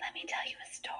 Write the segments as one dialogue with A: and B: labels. A: Let me tell you a story.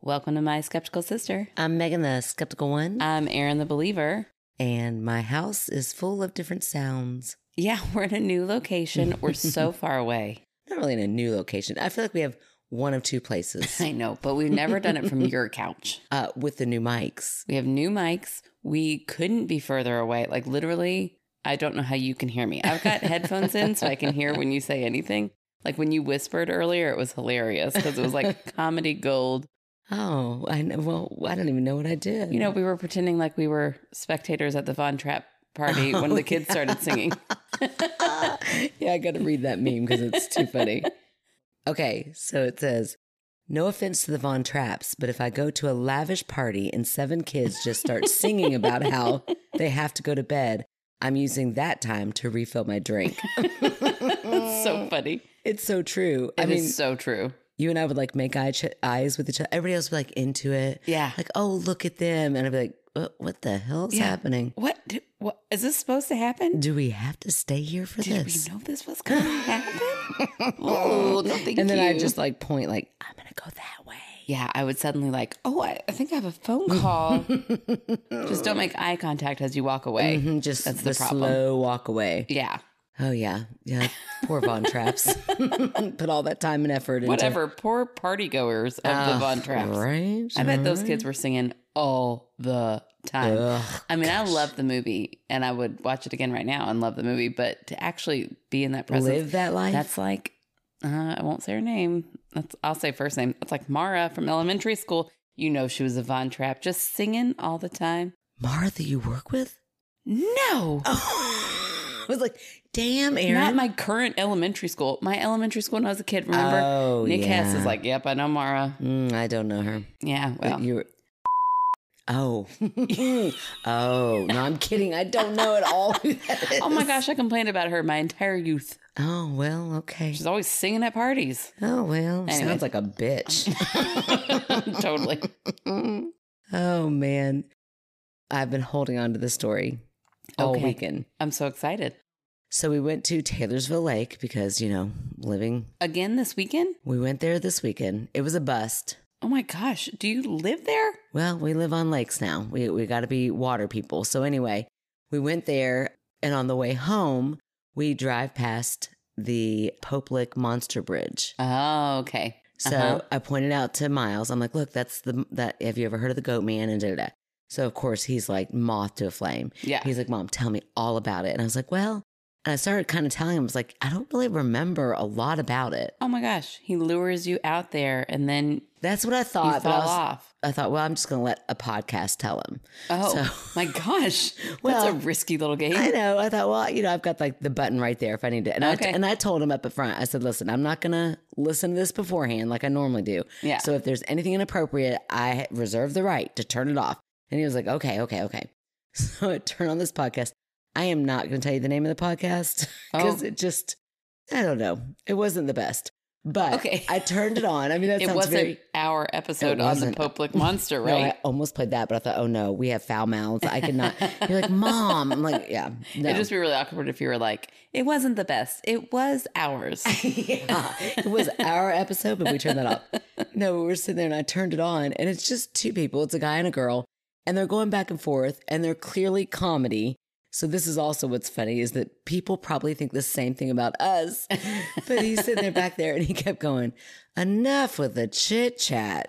B: Welcome to My Skeptical Sister.
C: I'm Megan, the skeptical one,
B: I'm Aaron the Believer.
C: and my house is full of different sounds.
B: Yeah, we're in a new location. We're so far away.
C: Not really in a new location. I feel like we have one of two places
B: I know, but we've never done it from your couch.
C: uh, with the new mics.
B: We have new mics. We couldn't be further away. Like, literally, I don't know how you can hear me. I've got headphones in so I can hear when you say anything. Like, when you whispered earlier, it was hilarious because it was like comedy gold.
C: Oh, I know. Well, I don't even know what I did.
B: You know, we were pretending like we were spectators at the Von Trapp party when
C: Oh,
B: the kids
C: yeah.
B: started singing.
C: yeah, I got to read that meme because it's too funny. Okay, so it says, "No offense to the Von Traps, but if I go to a lavish party and seven kids just start singing about how they have to go to bed, I'm using that time to refill my drink."
B: it's so funny.
C: It's so true.
B: It
C: I
B: is
C: mean,
B: so true.
C: you and I would like make eye ch- eyes with each other. Everybody else would be like into it.
B: Yeah.
C: Like, oh, look at them. And I'd be like, what, what the hell's
B: Yeah.
C: happening?
B: What? Do, what is this supposed to happen?
C: Do we have to stay here for
B: Did
C: this?
B: we know this was going to happen? oh, no, thank
C: and then I
B: you.
C: just like point like, I'm going to go that way.
B: yeah, I would suddenly like, oh, I, I think I have a phone call. just don't make eye contact as you walk away.
C: Mhm, just
B: That's the
C: the,
B: problem.
C: slow walk away.
B: Yeah,
C: Oh, yeah. Yeah. Poor Von Traps. Put all that time and effort into
B: whatever. Poor party goers of the
C: Ugh,
B: Von Trapps.
C: Ah, Right.
B: I bet those kids were singing all the time.
C: Ugh,
B: I mean, I love the movie, and I would watch it again right now and love the movie. But to actually be in that presence,
C: live that life.
B: That's like uh, I won't say her name. That's I'll say first name. That's like Mara from elementary school. You know she was a Von Trapp, just singing all the time.
C: Martha, you work with?
B: No,
C: Oh, I was like, damn, Aaron.
B: not my current elementary school. My elementary school when I was a kid. Remember,
C: Oh,
B: Nick
C: yeah. Uh,
B: Hess is like, "Yep, I know Mara."
C: Mm, I don't know her.
B: Yeah, well,
C: But you were- oh. oh, no, I'm kidding. I don't know at all who that is.
B: oh my gosh, I complained about her my entire youth.
C: Oh, well, okay.
B: She's always singing at parties.
C: Oh, well,
B: Anyway.
C: sounds like a bitch.
B: totally.
C: oh, man. I've been holding on to this story all
B: Okay.
C: weekend.
B: I'm so excited.
C: So we went to Taylorsville Lake because, you know, living.
B: Again this weekend?
C: We went there this weekend. It was a bust.
B: Oh my gosh, do you live there?
C: Well, we live on lakes now. We we got to be water people. So anyway, we went there, and on the way home, we drive past the Pope Lick Monster Bridge.
B: Oh, okay.
C: So
B: Uh-huh.
C: I pointed out to Miles. I'm like, "Look, that's the that. Have you ever heard of the Goat Man?" And da da. da. So of course he's like moth to a flame.
B: Yeah.
C: He's like, "Mom, tell me all about it." And I was like, "Well," and I started kind of telling him. I was like, "I don't really remember a lot about it."
B: Oh my gosh, he lures you out there and then
C: That's what I
B: you
C: thought. but I,
B: fall
C: was-
B: off.
C: I thought, well, I'm just going to let a podcast tell him.
B: Oh
C: So-
B: my gosh,
C: Well,
B: that's a risky little game.
C: I know. I thought, well, you know, I've got like the button right there if I need to. And
B: Okay.
C: I and I told him up at front. I said, listen, I'm not gonna listen to this beforehand like I normally do.
B: Yeah.
C: So if there's anything inappropriate, I reserve the right to turn it off. And he was like, okay, okay, okay. So I turn on this podcast. I am not gonna tell you the name of the podcast
B: oh,
C: because it just, I don't know, it wasn't the best. But
B: Okay.
C: I turned it on. I mean, that
B: it
C: sounds
B: wasn't
C: very.
B: our episode
C: It
B: on the
C: wasn't.
B: Poplic Monster,
C: No,
B: right?
C: I almost played that, but I thought, oh no, we have foul mouths. I could not. You're like, mom. I'm like, yeah. No.
B: It'd just be really awkward if you were like, it wasn't the best. It was ours.
C: yeah. It was our episode, but we turned that off. No, we were sitting there and I turned it on, and it's just two people. It's a guy and a girl, and they're going back and forth, and they're clearly comedy. So this is also what's funny is that people probably think the same thing about us. But he's sitting there back there and he kept going, enough with the chit chat.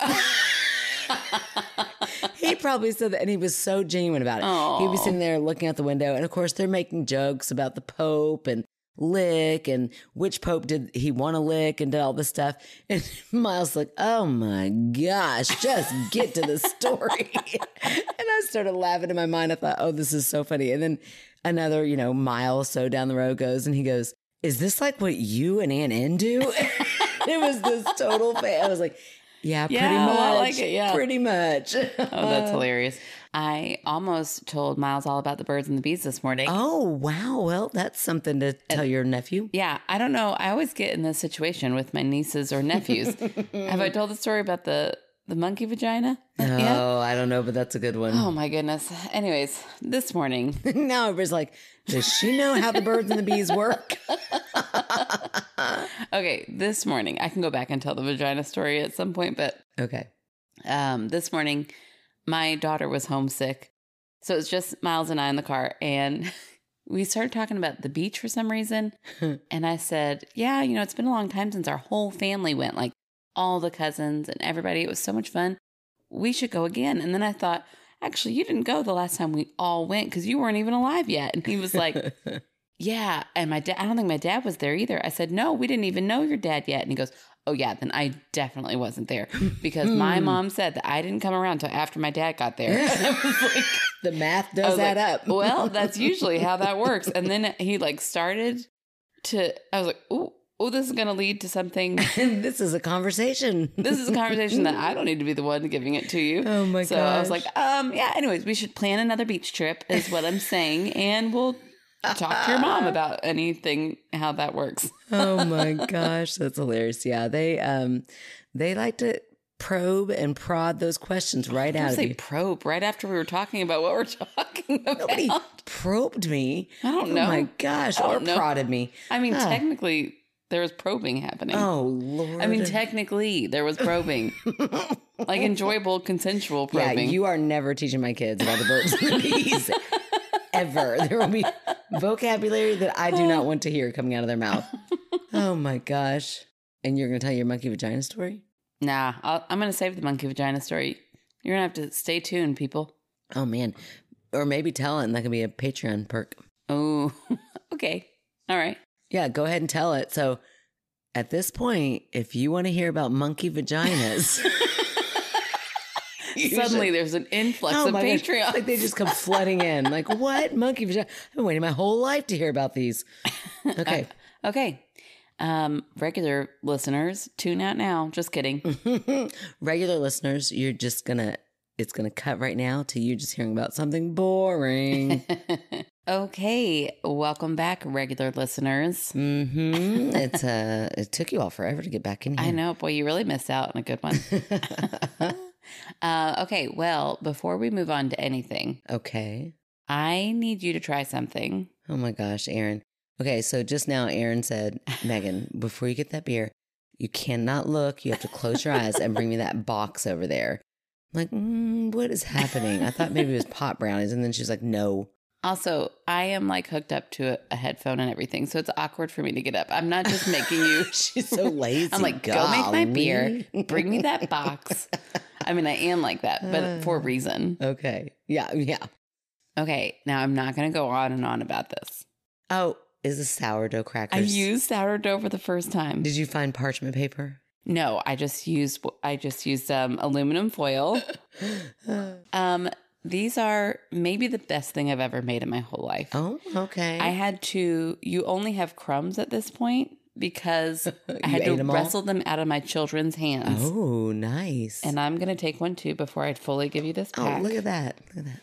C: he probably said that and he was so genuine about it. He was
B: Aw.
C: sitting there looking out the window, and of course they're making jokes about the Pope and lick and which Pope did he want to lick and did all this stuff. And Miles like, oh my gosh, just get to the story. and I started laughing in my mind. I thought, oh, this is so funny. And then another, you know, mile or so down the road goes and he goes, Is this like what you and Aunt N do? it was this total fan. I was like, yeah, pretty
B: Yeah, a
C: much.
B: lot like it, yeah.
C: Pretty much. Uh,
B: Oh, that's hilarious. I almost told Miles all about the birds and the bees this morning.
C: Oh, wow. Well, that's something to tell your nephew.
B: Yeah, I don't know. I always get in this situation with my nieces or nephews. Have I told the story about the the monkey vagina?
C: No, Oh, I don't know, but that's a good one.
B: Uh, Oh my goodness. Anyways, this morning,
C: now everybody's like, does she know how the birds and the bees work?
B: okay, this morning, I can go back and tell the vagina story at some point, but
C: okay.
B: um, this morning, my daughter was homesick. So it's just Miles and I in the car. And we started talking about the beach for some reason. and I said, Yeah, you know, it's been a long time since our whole family went, like all the cousins and everybody. It was so much fun. We should go again. And then I thought, Actually, you didn't go the last time we all went because you weren't even alive yet. And he was like, Yeah. And my dad, I don't think my dad was there either. I said, No, we didn't even know your dad yet. And he goes, Oh, yeah, then I definitely wasn't there because my
C: Hmm.
B: mom said that I didn't come around until after my dad got there. And I was like,
C: the math
B: I
C: does
B: was
C: add
B: like,
C: up.
B: Well, that's usually how that works. And then he like started to, I was like, Oh, oh, this is going to lead to something.
C: this is a conversation.
B: This is a conversation that I don't need to be the one giving it to you.
C: Oh my god.
B: so I was like, um, yeah, anyways, we should plan another beach trip, is what I'm saying. And we'll talk to your mom about anything, how that works.
C: oh my gosh, that's hilarious. Yeah, they um they like to probe and prod those questions right
B: I
C: out of
B: say
C: you.
B: probe right after we were talking about what we're talking about.
C: Nobody probed me.
B: I don't
C: Oh my
B: know.
C: gosh,
B: I
C: or
B: don't know.
C: prodded me.
B: I mean,
C: Ah.
B: technically, there was probing happening.
C: Oh lord.
B: I mean, technically, there was probing, like enjoyable, consensual
C: yeah,
B: probing.
C: you are never teaching my kids about the birds and the bees ever. There will be vocabulary that I do not want to hear coming out of their mouth. Oh my gosh. And you're going to tell your monkey vagina story?
B: nah, I'll, I'm going to save the monkey vagina story. You're going to have to stay tuned, people.
C: Oh man. Or maybe tell it and that can be a Patreon perk.
B: Oh, okay. All right.
C: Yeah, go ahead and tell it. So at this point, if you want to hear about monkey vaginas, you
B: Suddenly,
C: should-
B: there's an influx of
C: Oh my gosh.
B: Patreon.
C: Like they just come flooding in. Like, what? Monkey vagina? I've been waiting my whole life to hear about these. Okay.
B: okay. Um, regular listeners, tune out now. Just kidding.
C: Regular listeners, you're just going to, it's going to cut right now to you just hearing about something boring.
B: okay. Welcome back, regular listeners.
C: mm-hmm. It's, uh, it took you all forever to get back in
B: I
C: here.
B: know. Boy, you really missed out on a good one. uh, okay. Well, before we move on to anything,
C: okay.
B: I need you to try something.
C: Oh my gosh, Aaron. Okay, so just now Aaron said, Megan, before you get that beer, you cannot look. You have to close your eyes and bring me that box over there. I'm like, mm, what is happening? I thought maybe it was pot brownies. And then she's like, no.
B: Also, I am like hooked up to a, a headphone and everything, so it's awkward for me to get up. I'm not just making you.
C: She's so lazy.
B: I'm like, go make my beer.
C: golly."
B: Bring me that box. I mean, I am like that, but
C: Uh.
B: for a reason.
C: Okay. Yeah. Yeah.
B: Okay, now I'm not going to go on and on about this.
C: Oh, is this sourdough crackers?
B: I used sourdough for the first time.
C: Did you find parchment paper?
B: No, I just used I just used um, aluminum foil.
C: Oh,
B: Um, these are maybe the best thing I've ever made in my whole life.
C: oh, okay.
B: I had to. You only have crumbs at this point because
C: Uh,
B: I had to wrestle them out of my children's hands.
C: Oh, nice.
B: And I'm gonna take one too before I fully give you this
C: Oh,
B: pack.
C: look at that. Look at that.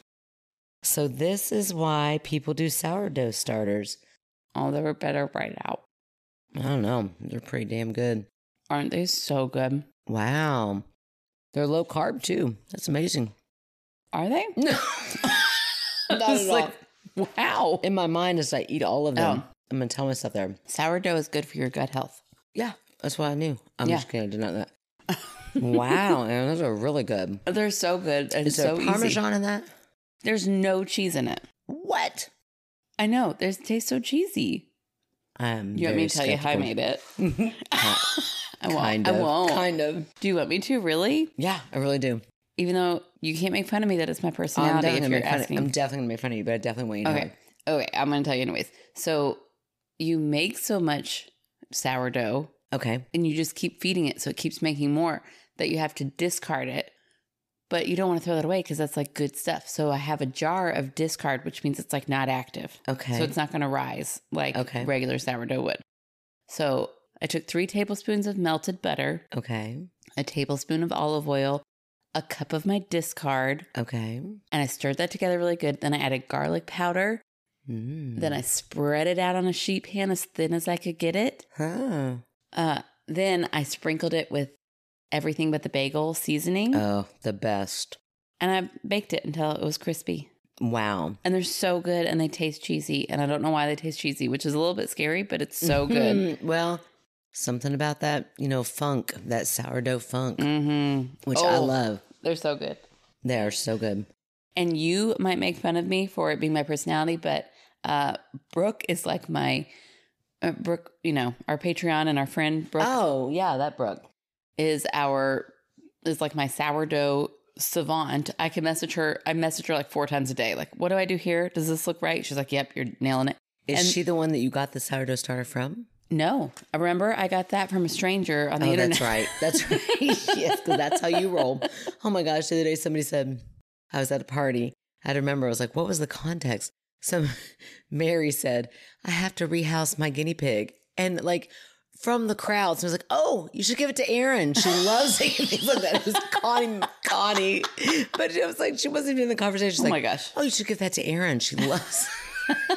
C: So this is why people do sourdough starters.
B: Oh, they were better right out.
C: I don't know. They're pretty damn good.
B: Aren't they so good?
C: Wow. They're low carb too. That's amazing.
B: Are they?
C: No. Not
B: I was
C: at
B: like, Wow.
C: In my mind as I eat all of them,
B: Oh.
C: I'm gonna tell myself there.
B: Sourdough is good for your gut health.
C: Yeah. That's what I knew. I'm
B: Yeah.
C: just kidding, I did not know that. wow, and those are really good.
B: They're so good and
C: Is there
B: so easy.
C: parmesan in that?
B: There's no cheese in it.
C: What?
B: I know. There's it tastes so cheesy.
C: I'm
B: You want me to tell you how I made it? I won't.
C: kind
B: I
C: of.
B: won't.
C: Kind of.
B: Do you want me to really?
C: Yeah, I really do.
B: Even though you can't make fun of me that it's my
C: I'm
B: personality
C: definitely,
B: if
C: gonna
B: you're
C: make fun of,
B: asking.
C: I'm definitely gonna make fun of you, but I definitely want you to know.
B: Okay. Okay, I'm going to tell you anyways. So you make so much sourdough
C: Okay.
B: and you just keep feeding it so it keeps making more that you have to discard it. But you don't want to throw that away because that's like good stuff. So I have a jar of discard, which means it's like not active.
C: Okay.
B: So it's not going to rise like
C: Okay.
B: regular sourdough would. So I took three tablespoons of melted butter,
C: okay.
B: a tablespoon of olive oil, a cup of my discard,
C: Okay.
B: and I stirred that together really good. Then I added garlic powder,
C: Mm.
B: Then I spread it out on a sheet pan as thin as I could get it.
C: Hmm, Huh.
B: Uh, then I sprinkled it with everything but the bagel seasoning.
C: Oh, the best.
B: and I baked it until it was crispy.
C: Wow.
B: And they're so good and they taste cheesy. And I don't know why they taste cheesy, which is a little bit scary, but it's so good.
C: Mm, well, something about that, you know, funk, that sourdough funk,
B: Mm-hmm.
C: which I
B: Oh.
C: love.
B: They're so good.
C: They are so good.
B: And you might make fun of me for it being my personality, but uh, Brooke is like my, uh, Brooke, you know, our Patreon and our friend Brooke
C: Oh, yeah, that Brooke.
B: is our, is like my sourdough savant. I can message her. I message her like four times a day. Like, what do I do here? Does this look right? She's like, yep, you're nailing it.
C: Is
B: And-
C: she the one that you got the sourdough starter from?
B: No, I remember I got that from a stranger on the
C: oh,
B: internet.
C: that's right. That's right. yes, because that's how you roll. Oh my gosh, the other day somebody said, I was at a party. I had to remember, I was like, what was the context? Some Mary said, I have to rehouse my guinea pig. And like from the crowd, so I was like, oh, you should give it to Erin. She loves it. Things like that. It was Connie, Connie. But it was like, she wasn't even in the conversation. She's
B: Oh
C: like,
B: my gosh.
C: oh, you should give that to Erin. She loves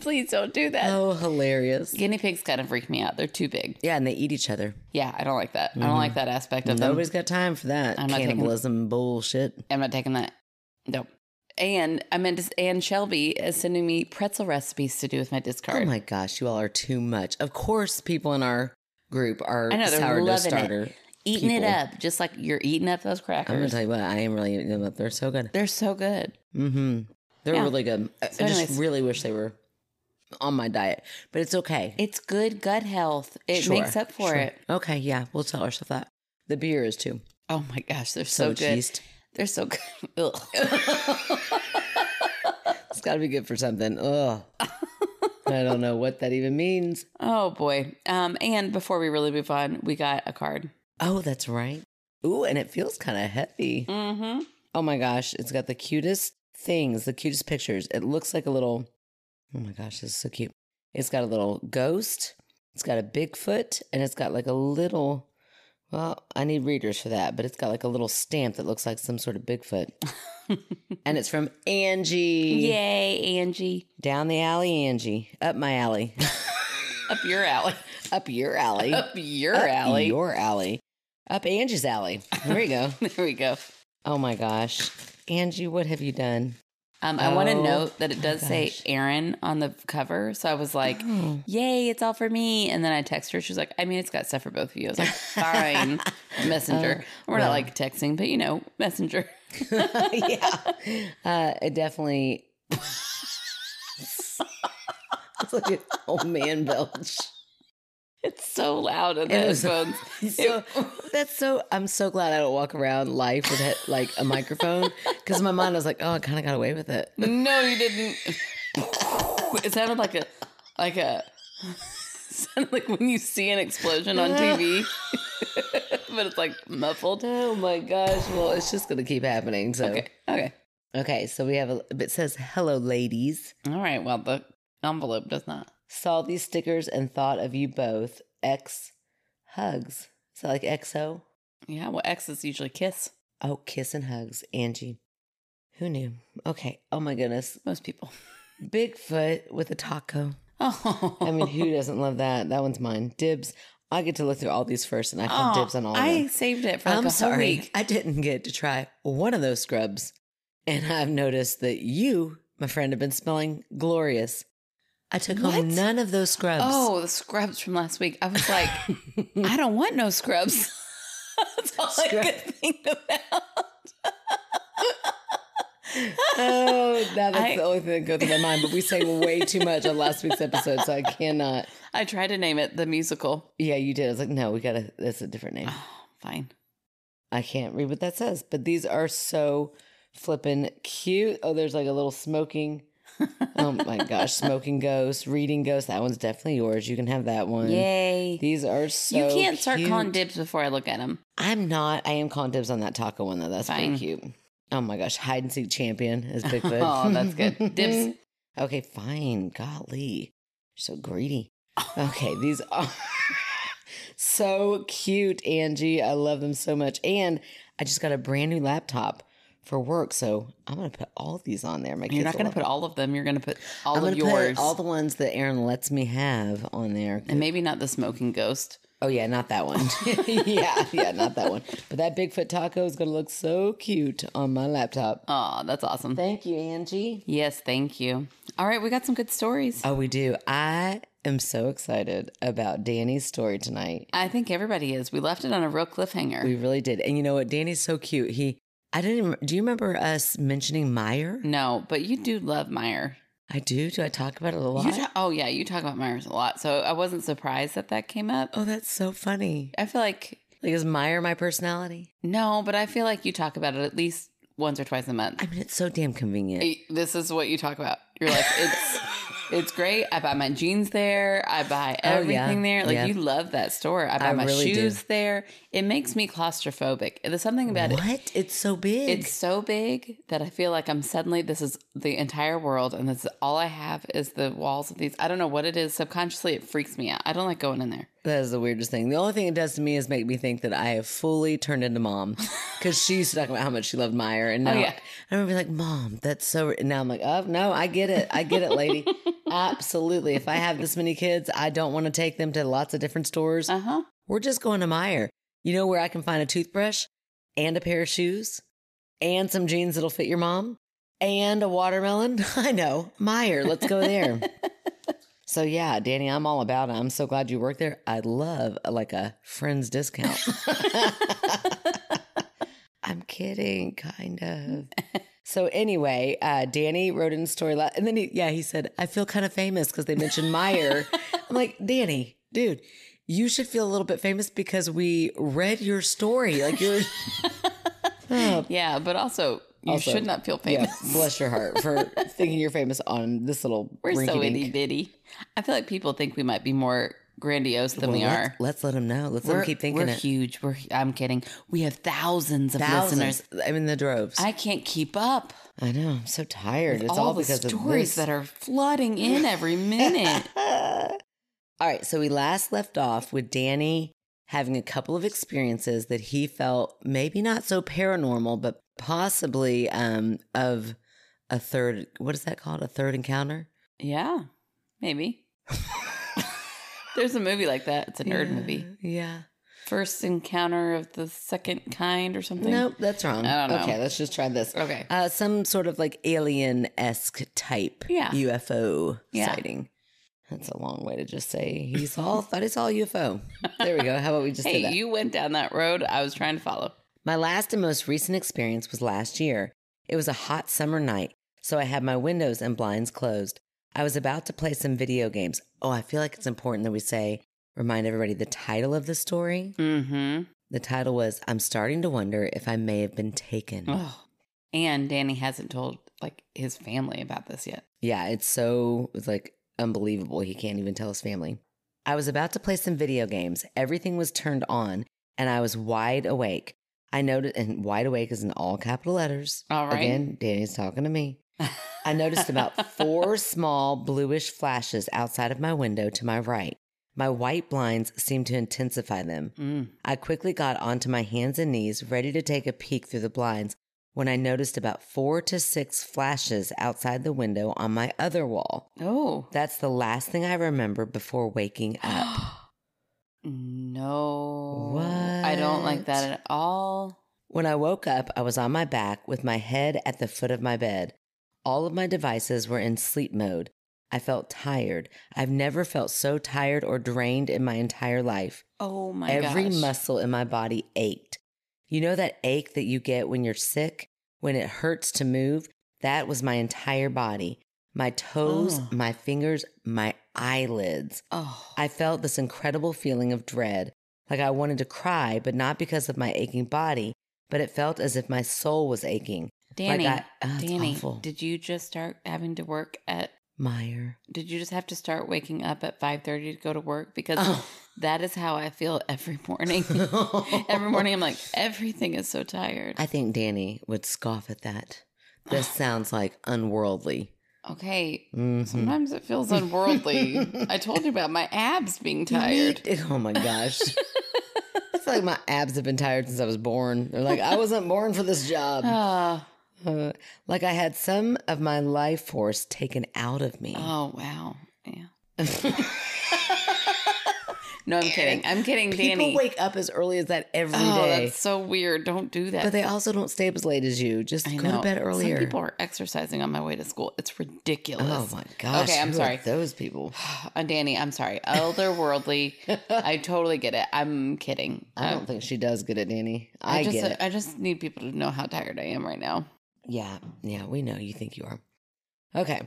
B: Please don't do that.
C: Oh, hilarious.
B: Guinea pigs kind of freak me out. They're too big.
C: Yeah, and they eat each other.
B: Yeah, I don't like that. I don't like that aspect of them.
C: Mm-hmm. Nobody's got time for that
B: I'm not taking-
C: cannibalism bullshit.
B: I'm not taking that. Nope. And I meant to, and Shelby is sending me pretzel recipes to do with my
C: Oh
B: discard.
C: my gosh, you all are too much. Of course, people in our group are
B: I know, they're
C: sourdough
B: loving it.
C: starter.
B: eating it
C: people.
B: up, just like you're eating up those
C: I'm gonna
B: crackers.
C: tell you what, I am really eating them up. They're so good.
B: They're so good.
C: Mm-hmm. They're
B: Yeah.
C: really good. I,
B: So
C: I just
B: anyways.
C: really wish they were on my diet, but it's okay.
B: It's good gut health. It
C: Sure,
B: makes up for
C: sure.
B: it.
C: Okay, yeah, we'll tell ourselves that. The beer is too.
B: Oh my gosh, they're so,
C: So,
B: good.
C: cheesed.
B: They're so good. Ugh.
C: It's got to be good for something. Ugh. I don't know what that even means.
B: oh boy. Um, and before we really move on, we got a card.
C: Oh, that's right. Ooh, and it feels kind of heavy.
B: Mm-hmm.
C: Oh my gosh, it's got the cutest things, the cutest pictures. It looks like a little, oh my gosh, this is so cute. It's got a little ghost, it's got a Bigfoot, and it's got like a little, well, I need readers for that, but it's got like a little stamp that looks like some sort of Bigfoot. and it's from Angie.
B: Yay, Angie.
C: Down the alley, Angie. Up my alley.
B: Up your alley.
C: Up your alley.
B: Up your
C: Up
B: alley.
C: Your alley. Up Angie's alley. There you go.
B: there we go.
C: oh my gosh. Angie, what have you done?
B: Um, I want to
C: Oh,
B: note that it does say
C: gosh. Oh.
B: Aaron on the cover. So I was like, yay, it's all for me. And then I text her. She's like, I mean, it's got stuff for both of you. I was like, fine, messenger. We're
C: Uh, well.
B: not like texting, but you know, messenger.
C: yeah. Uh, it definitely. it's like an old man belch.
B: It's so loud in the
C: It was-
B: headphones.
C: So that's so. I'm so glad I don't walk around life with he- like a microphone because in my mind I was like, oh, I kind of got away with it.
B: no, you didn't. It sounded like a, like a, sounded like when you see an explosion on TV, but it's like muffled.
C: Oh my gosh! Well, it's just gonna keep happening. So
B: Okay. Okay.
C: Okay, so we have a. It says, "Hello, ladies.
B: All right. Well, the envelope does not.
C: Saw these stickers and thought of you both. X hugs. Is that like XO?
B: Yeah, well, exes usually kiss
C: Oh, kiss and hugs, Angie. Who knew? Okay. Oh my goodness.
B: most people.
C: Bigfoot with a taco.
B: Oh,
C: I mean, who doesn't love that? That one's mine. Dibs. I get to look through all these first, and I call dibs on all of
B: Oh, I
C: them.
B: saved it for like
C: I'm
B: a
C: sorry,
B: whole week.
C: I didn't get to try one of those scrubs, and I've noticed that you, my friend, have been smelling glorious. I took
B: What?
C: home none of those scrubs.
B: Oh, the scrubs from last week. I was like, I don't want no scrubs. That's all I could
C: Scrub-
B: think about.
C: oh, now that's
B: I-
C: the only thing that goes through my mind. But we say way too much on last week's episode, so I cannot.
B: I tried to name it the musical. Oh,
C: Yeah, you did. I was like, no, we gotta. That's a different name.
B: Fine.
C: I can't read what that says, but these are so flippin' cute. Oh, there's like a little smoking. oh my gosh, smoking ghost, reading ghost. That one's definitely yours. You can have that one.
B: Yay.
C: These are so.
B: you can't start
C: cute.
B: calling dibs before I look at them.
C: I'm not. I am calling dibs on that taco one though. That's
B: Fine.
C: pretty cute. Oh my gosh, hide and seek champion is Bigfoot.
B: Oh, that's good. Dibs.
C: Okay, fine. Golly. You're so greedy. Okay, these are so cute, Angie. I love them so much. And I just got a brand new laptop for work, so I'm gonna put all these on there. My kids
B: You're not
C: will
B: going
C: love
B: to put
C: them.
B: all of them. You're going to put all
C: I'm
B: of
C: gonna put
B: yours.
C: all the ones that Aaron lets me have on there.
B: and maybe not the smoking ghost.
C: Oh yeah, not that one. yeah, yeah, not that one. But that Bigfoot taco is gonna look so cute on my laptop.
B: Oh, that's awesome.
C: Thank you, Angie.
B: Yes, thank you. All right, we got some good stories.
C: Oh, we do. I am so excited about Danny's story tonight.
B: I think everybody is. We left it on a real cliffhanger.
C: We really did. And you know what? Danny's so cute. He I didn't rem- do you remember us mentioning Meyer?
B: no, but you do love Meyer.
C: I do. Do I talk about it a lot?
B: You ta- oh yeah, you talk about Myers a lot. So I wasn't surprised that that came up.
C: oh, that's so funny.
B: I feel like
C: Like is Meyer my personality?
B: no, but I feel like you talk about it at least once or twice a month.
C: I mean it's so damn convenient.
B: Eh, This is what you talk about. You're like it's it's great. I buy my jeans there. I buy
C: Oh, yeah.
B: everything there. Like
C: Yeah.
B: you love that store. I buy
C: I
B: my
C: really do.
B: shoes there. It makes me claustrophobic. There's something about it.
C: What? It's so big.
B: It's so big that I feel like I'm suddenly this is the entire world and this is all I have is the walls of these. I don't know what it is. Subconsciously it freaks me out. I don't like going in there.
C: That is the weirdest thing. The only thing it does to me is make me think that I have fully turned into mom because she used to talk about how much she loved Meyer. And now
B: Oh, yeah.
C: I remember being like, Mom, that's so. And now I'm like, Oh, no, I get it. I get it, lady. Absolutely. If I have this many kids, I don't want to take them to lots of different stores.
B: Uh-huh.
C: We're just going to Meyer. You know where I can find a toothbrush and a pair of shoes and some jeans that'll fit your mom and a watermelon? I know. Meyer, let's go there. so yeah, Danny, I'm all about it. I'm so glad you work there. I love uh, like a friend's discount. I'm kidding, kind of. So anyway, uh, Danny wrote in a story, la- and then he, yeah, he said, "I feel kind of famous because they mentioned Meyer." I'm like, Danny, dude, you should feel a little bit famous because we read your story. Like you're, Oh,
B: Yeah, but also you
C: Also,
B: should not feel
C: yeah,
B: famous.
C: bless your heart for thinking you're famous on this little.
B: We're so
C: rinky-dink.
B: itty bitty. I feel like people think we might be more grandiose than we
C: Well,
B: are.
C: Let's, let's let him know. Let's let
B: We're,
C: him keep thinking
B: we're
C: it.
B: huge. We're I'm kidding. We have thousands of listeners.
C: Thousands. I'm in the droves. I,
B: I can't keep up.
C: know. I'm so tired. It's
B: all,
C: all,
B: the
C: because
B: stories
C: of
B: that are flooding in every minute.
C: that. all right. So we last left off with Danny having a couple of experiences that he felt maybe not so paranormal, but possibly um, of a third. What is that called? A third encounter.
B: yeah, maybe. There's a movie like that. It's a nerd
C: Yeah,
B: movie.
C: Yeah.
B: First encounter of the second kind or something.
C: Nope, that's wrong.
B: I don't know.
C: Okay, let's just try this.
B: Okay.
C: Uh, some sort of like alien esque type
B: Yeah.
C: UFO
B: Yeah.
C: sighting. That's a long way to just say he saw, thought he saw a UFO. There we go. How about we just did
B: hey,
C: that?
B: you went down that road. I was trying to follow.
C: my last and most recent experience was last year. It was a hot summer night, so I had my windows and blinds closed. I was about to play some video games. Oh, I feel like it's important that we say, remind everybody the title of the story.
B: Mm-hmm.
C: The title was I'm Starting to Wonder If I May Have Been Taken.
B: Oh. And Danny hasn't told like his family about this yet.
C: Yeah, it's so it's like unbelievable. He can't even tell his family. I was about to play some video games. Everything was turned on, and I was wide awake. I noticed, and wide awake is in all capital letters.
B: All right.
C: Again, Danny's talking to me. I noticed about four small bluish flashes outside of my window to my right. My white blinds seemed to intensify them.
B: Mm.
C: I quickly got onto my hands and knees, ready to take a peek through the blinds, when I noticed about four to six flashes outside the window on my other wall.
B: Oh.
C: That's the last thing I remember before waking up.
B: no. I don't like
C: What?
B: that at all.
C: When I woke up, I was on my back with my head at the foot of my bed. All of my devices were in sleep mode. I felt tired. I've never felt so tired or drained in my entire life.
B: Oh my god.
C: Every muscle in my body ached. You know that ache that you get when you're sick, when it hurts to move? That was my entire body my toes,
B: Ugh.
C: my fingers, my eyelids.
B: Oh.
C: I felt this incredible feeling of dread, like I wanted to cry, but not because of my aching body, but it felt as if my soul was aching.
B: Danny.
C: like I, Ah, it's
B: Danny,
C: awful.
B: did you just start having to work at
C: Meyer.
B: did you just have to start waking up at 5:30 to go to work because
C: Oh.
B: that is how I feel every morning. every morning I'm like everything is so tired.
C: I think Danny would scoff at that. This sounds like unworldly.
B: Okay,
C: Mhm.
B: Sometimes it feels unworldly. I told you about my abs being tired.
C: Me- Oh my gosh. it's like my abs have been tired since I was born. They're like, I wasn't born for this job.
B: Oh,
C: Uh, like I had some of my life force taken out of me.
B: oh wow. Yeah. No, I'm kidding. I'm kidding, Danny.
C: People wake up as early as that every day,
B: oh, that's so weird. Don't do that.
C: but they also don't stay up as late as you. Just
B: I
C: go
B: know.
C: to bed earlier.
B: Some people are exercising on my way to school. It's ridiculous.
C: oh my gosh.
B: Okay, I'm
C: who are
B: sorry.
C: Those people.
B: Uh, Danny, I'm sorry. Otherworldly. I totally get it. I'm kidding.
C: I
B: Uh,
C: don't think she does get it, Danny. I,
B: just, uh,
C: get it.
B: I just need people to know how tired I am right now.
C: Yeah, yeah, we know you think you are. Okay.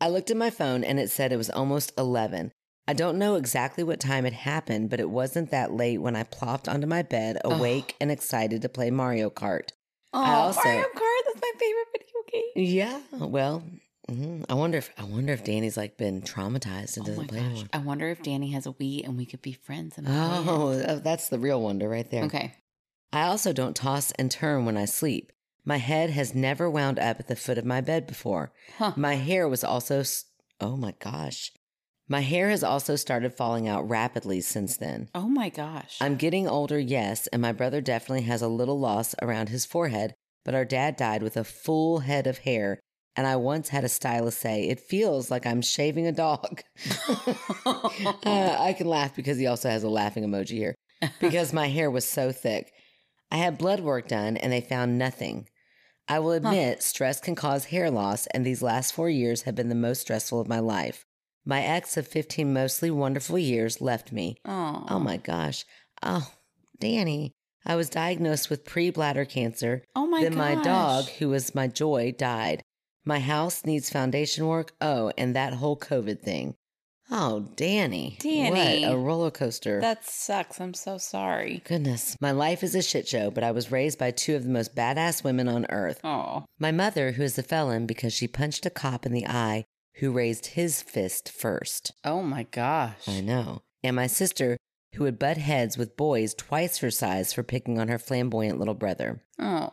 C: I looked at my phone and it said it was almost 11. I don't know exactly what time it happened, but it wasn't that late when I plopped onto my bed,
B: Ugh.
C: awake and excited to play Mario Kart.
B: Oh,
C: I also-
B: Mario Kart. That's my favorite video game.
C: Yeah, well, mhm. I wonder if I wonder if Danny's like been traumatized and
B: Oh my
C: doesn't play
B: gosh.
C: anymore.
B: I wonder if Danny has a Wii and we could be friends. And play it.
C: Oh, that- that's the real wonder right there.
B: Okay.
C: I also don't toss and turn when I sleep. My head has never wound up at the foot of my bed before.
B: Huh.
C: My hair was also, s- oh my gosh. My hair has also started falling out rapidly since then.
B: Oh my gosh.
C: I'm getting older, yes, and my brother definitely has a little loss around his forehead, but our dad died with a full head of hair. And I once had a stylist say, It feels like I'm shaving a dog. Uh, I can laugh because he also has a laughing emoji here because my hair was so thick. I had blood work done and they found nothing. I will admit, stress can cause hair loss, and these last four years have been the most stressful of my life. My ex of 15 mostly wonderful years left me.
B: oh.
C: Oh my gosh. Oh, Danny. I was diagnosed with pre bladder cancer.
B: Oh my
C: then my dog,
B: gosh.
C: who was my joy, died. My house needs foundation work. Oh, and that whole COVID thing. Oh, Danny.
B: Danny.
C: What a roller coaster.
B: That sucks. I'm so sorry.
C: Goodness. My life is a shit show, but I was raised by two of the most badass women on earth.
B: Oh.
C: My mother, who is a felon because she punched a cop in the eye who raised his fist first.
B: Oh my gosh.
C: I know. And my sister, who would butt heads with boys twice her size for picking on her flamboyant little brother.
B: Oh.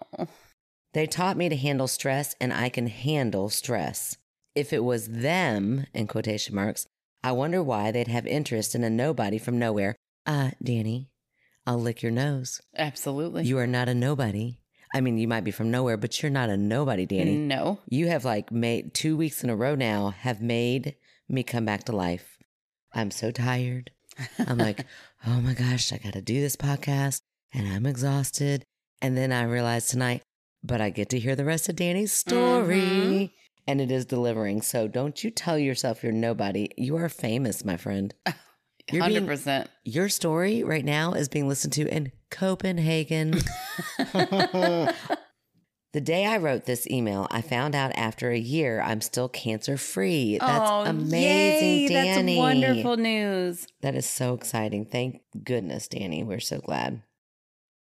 C: They taught me to handle stress, and I can handle stress. If it was them, in quotation marks, I wonder why they'd have interest in a nobody from nowhere. Uh, Danny, I'll lick your nose.
B: Absolutely.
C: You are not a nobody. I mean, you might be from nowhere, but you're not a nobody, Danny.
B: No.
C: You have like made two weeks in a row now have made me come back to life. I'm so tired. I'm like, oh my gosh, I got to do this podcast and I'm exhausted. And then I realized tonight, but I get to hear the rest of Danny's story
B: Mhm.
C: and it is delivering. So don't you tell yourself you're nobody. You are famous, my friend. You're being-
B: 100%.
C: Your story right now is being listened to in Copenhagen. The day I wrote this email, I found out after a year I'm still cancer free. That's
B: oh,
C: amazing,
B: yay,
C: Danny.
B: That's wonderful news.
C: That is so exciting. Thank goodness, Danny. We're so glad.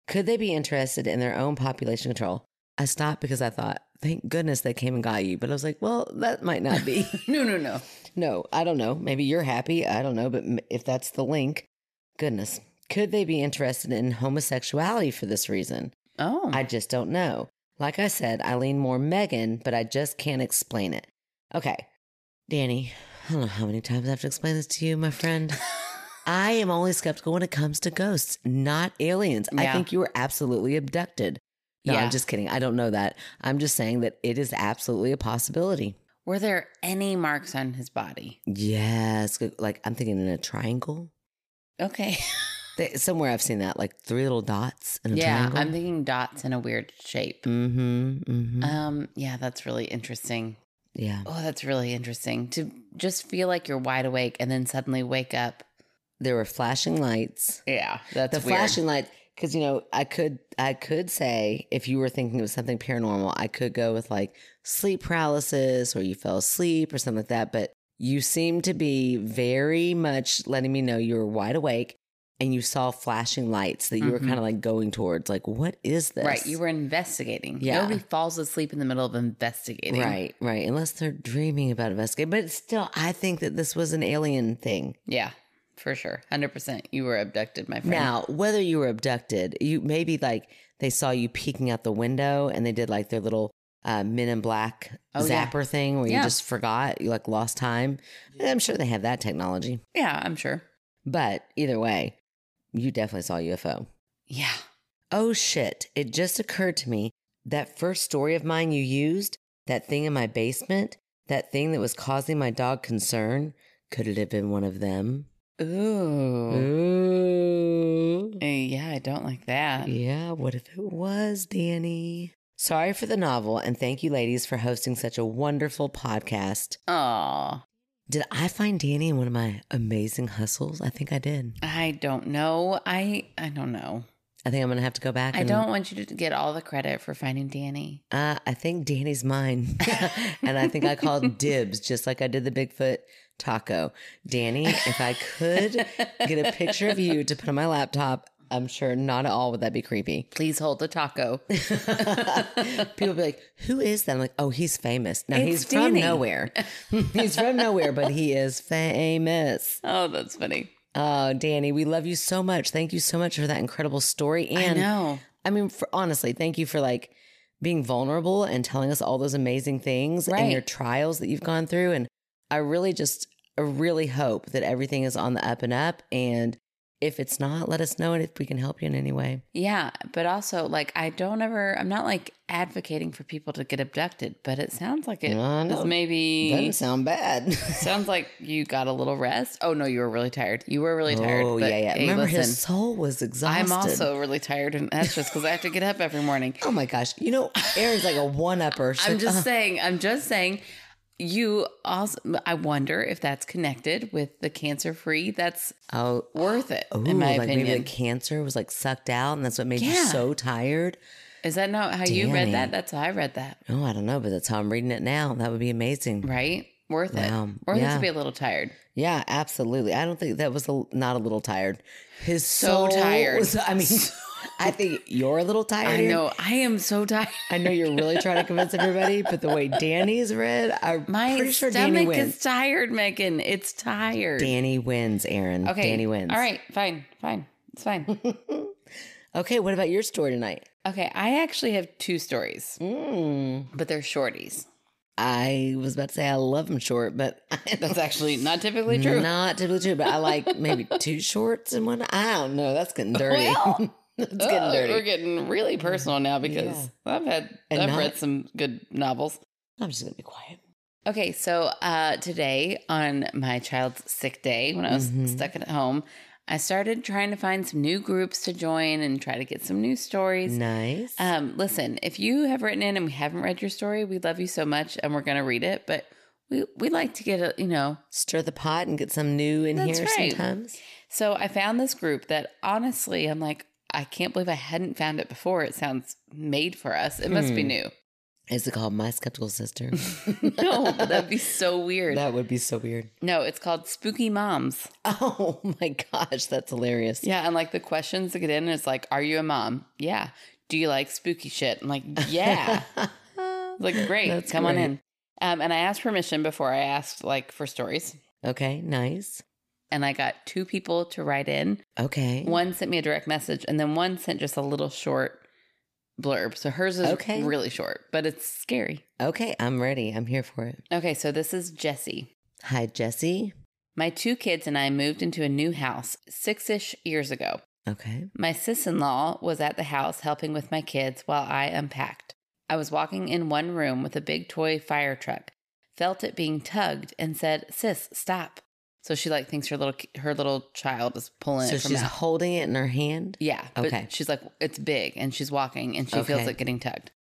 C: Could they be interested in their own population control? I stopped because I thought, thank goodness they came and got you. But I was like, well, that might not be.
B: No, no, no.
C: no, I don't know. Maybe you're happy. I don't know. But m- if that's the link, goodness. Could they be interested in homosexuality for this reason?
B: Oh.
C: I just don't know. Like I said, I lean more Megan, but I just can't explain it. Okay. Danny, I don't know how many times I have to explain this to you, my friend. I am only skeptical when it comes to ghosts, not aliens. I
B: Yeah.
C: think you were absolutely abducted. No,
B: Yeah.
C: I'm just kidding. I don't know that. I'm just saying that it is absolutely a possibility.
B: Were there any marks on his body?
C: Yes. good- Like I'm thinking in a triangle.
B: Okay.
C: They, somewhere I've seen that, like three little dots in a
B: Yeah,
C: triangle.
B: I'm thinking dots in a weird shape.
C: mm-hmm. mm-hmm.
B: Um, yeah, that's really interesting.
C: yeah.
B: Oh, that's really interesting to just feel like you're wide awake and then suddenly wake up.
C: There were flashing lights.
B: Yeah, that's
C: the flashing light because you know i could i could say if you were thinking of something paranormal i could go with like sleep paralysis or you fell asleep or something like that but you seem to be very much letting me know you were wide awake and you saw flashing lights that you were
B: Mhm.
C: kind of like going towards like what is this
B: Right, you were investigating.
C: Yeah.
B: Nobody falls asleep in the middle of investigating.
C: right right unless they're dreaming about investigating but still i think that this was an alien thing
B: Yeah, for sure, hundred percent. You were abducted, my friend.
C: Now, whether you were abducted, you maybe like they saw you peeking out the window and they did like their little uh, Men in Black
B: Oh, yeah.
C: zapper thing where
B: Yeah.
C: you just forgot, you like lost time. I'm sure they have that technology,
B: yeah, I'm sure.
C: but either way, you definitely saw a UFO.
B: Yeah.
C: Oh shit! It just occurred to me that first story of mine you used, that thing in my basement, that thing that was causing my dog concern, could it have been one of them?
B: Ooh.
C: Ooh.
B: Uh, yeah, I don't like that.
C: Yeah, what if it was, Danny? Sorry for the novel, and thank you, ladies, for hosting such a wonderful podcast.
B: Aw.
C: Did I find Danny in one of my amazing hustles? I think I did.
B: I don't know. I I don't know.
C: I think I'm gonna have to go back.
B: I
C: and-
B: don't want you to get all the credit for finding Danny.
C: Uh, I think Danny's mine, and I think I called dibs, just like I did the Bigfoot taco. Danny, if I could get a picture of you to put on my laptop, I'm sure not at all would that be creepy.
B: Please hold the taco.
C: People be like, "Who is that?" I'm like, "Oh, he's famous." Now
B: It's
C: he's
B: Danny.
C: from nowhere. he's from nowhere, but he is famous.
B: Oh, that's funny.
C: Oh, Danny, we love you so much. Thank you so much for that incredible story.
B: I
C: And
B: know.
C: I mean, for, honestly, thank you for like being vulnerable and telling us all those amazing things
B: Right.
C: and your trials that you've gone through. And I really just, I really hope that everything is on the up and up. And if it's not, let us know and if we can help you in any way.
B: Yeah, but also like I don't ever I'm not like advocating for people to get abducted, but it sounds like it
C: I
B: was
C: know.
B: maybe
C: sound bad.
B: sounds like you got a little rest. Oh no, you were really tired. You were really tired.
C: oh
B: but,
C: yeah, yeah.
B: hey,
C: Remember,
B: listen,
C: his soul was exhausted.
B: I'm also really tired and that's just cuz I have to get up every morning.
C: Oh my gosh! You know, Aaron's like a one-upper. She's
B: I'm
C: like,
B: just
C: "Ugh."
B: saying, I'm just saying you also I wonder if that's connected with the cancer free. That's
C: oh,
B: worth it
C: ooh,
B: in my
C: like maybe
B: opinion.
C: the cancer was like sucked out, and that's what made you
B: Yeah.
C: so tired.
B: Is that not how you read
C: Danny.
B: that? That's how I read that,
C: Oh, I don't know, but that's how I'm reading it now. That would be amazing.
B: right? Worth
C: Wow.
B: it. Worth it
C: Yeah.
B: to be a little tired.
C: Yeah, absolutely. I don't think that was a, not a little tired. His
B: So
C: soul
B: tired.
C: was- I mean, I think you're a little tired.
B: I know. I am so tired.
C: I know you're really trying to convince everybody, but the way Danny's read, I'm
B: My
C: pretty sure Danny
B: stomach
C: wins.
B: is tired, Megan. It's tired.
C: Danny wins, Aaron.
B: Okay.
C: Danny wins.
B: All right. Fine. Fine. It's fine.
C: Okay, what about your story tonight?
B: okay. I actually have two stories,
C: Mm,
B: but they're shorties.
C: I was about to say I love them short, but
B: That's actually not typically true.
C: not typically true. But I like maybe two shorts and one. I don't know. That's getting dirty.
B: Well, oh,
C: That's
B: Ugh,
C: getting dirty.
B: We're getting really personal now because I've had
C: And
B: I've
C: not-
B: read some good novels.
C: I'm just gonna be quiet.
B: Okay, so uh, today on my child's sick day, when I was
C: Mhm.
B: stuck at home, I started trying to find some new groups to join and try to get some new stories.
C: Nice.
B: Um, listen, if you have written in and we haven't read your story, we love you so much, and we're gonna read it. But we we like to get a you know.
C: stir the pot and get some new in
B: That's
C: here
B: right.
C: sometimes.
B: So I found this group that honestly, I'm like, I can't believe I hadn't found it before. It sounds made for us. It must be
C: Hmm.
B: new.
C: Is it called My Skeptical Sister?
B: no, but that'd be so weird.
C: that would be so weird.
B: no, it's called Spooky Moms.
C: Oh my gosh, that's hilarious.
B: Yeah, and like the questions that get in, it's like, Are you a mom? Yeah. Do you like spooky shit? I'm like, Yeah. It's like great,
C: That's
B: come on
C: great.
B: in. Um, and I asked permission before I asked like for stories.
C: okay, nice.
B: and I got two people to write in.
C: Okay.
B: One sent me a direct message, and then one sent just a little short blurb. So hers is
C: Okay.
B: really short, but it's scary.
C: Okay, I'm ready. I'm here for it.
B: Okay, so this is Jesse.
C: Hi, Jesse.
B: My two kids and I moved into a new house six ish years ago.
C: Okay.
B: My sis in law was at the house helping with my kids while I unpacked. I was walking in one room with a big toy fire truck, felt it being tugged, and said, "Sis, stop." So she like thinks her little her little child is pulling
C: So
B: it from
C: she's
B: out.
C: holding it in her hand.
B: Yeah. But
C: Okay.
B: she's like, it's big and she's walking and she feels
C: Okay.
B: it getting tugged.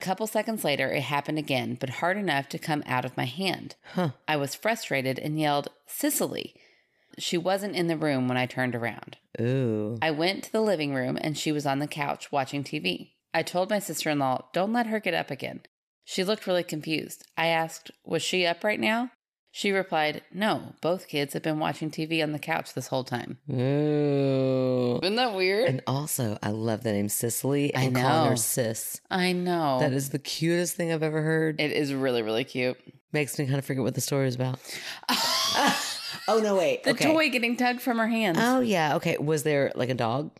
B: A couple seconds later, it happened again, but hard enough to come out of my hand.
C: Huh.
B: I was frustrated and yelled, Sicily. She wasn't in the room when I turned around.
C: Ooh.
B: I went to the living room and she was on the couch watching TV. I told my sister in law, don't let her get up again. She looked really confused. I asked, was she up right now? She replied, no, both kids have been watching TV on the couch this whole time.
C: Ooh.
B: Isn't that weird?
C: And also, I love the name Cicely
B: I
C: and calling
B: know.
C: her Sis.
B: I know.
C: That is the cutest thing I've ever heard.
B: It is really, really cute.
C: Makes me kind of forget what the story is about. oh no, wait.
B: the
C: okay.
B: toy getting tugged from her hands.
C: Oh yeah. Okay. Was there like a dog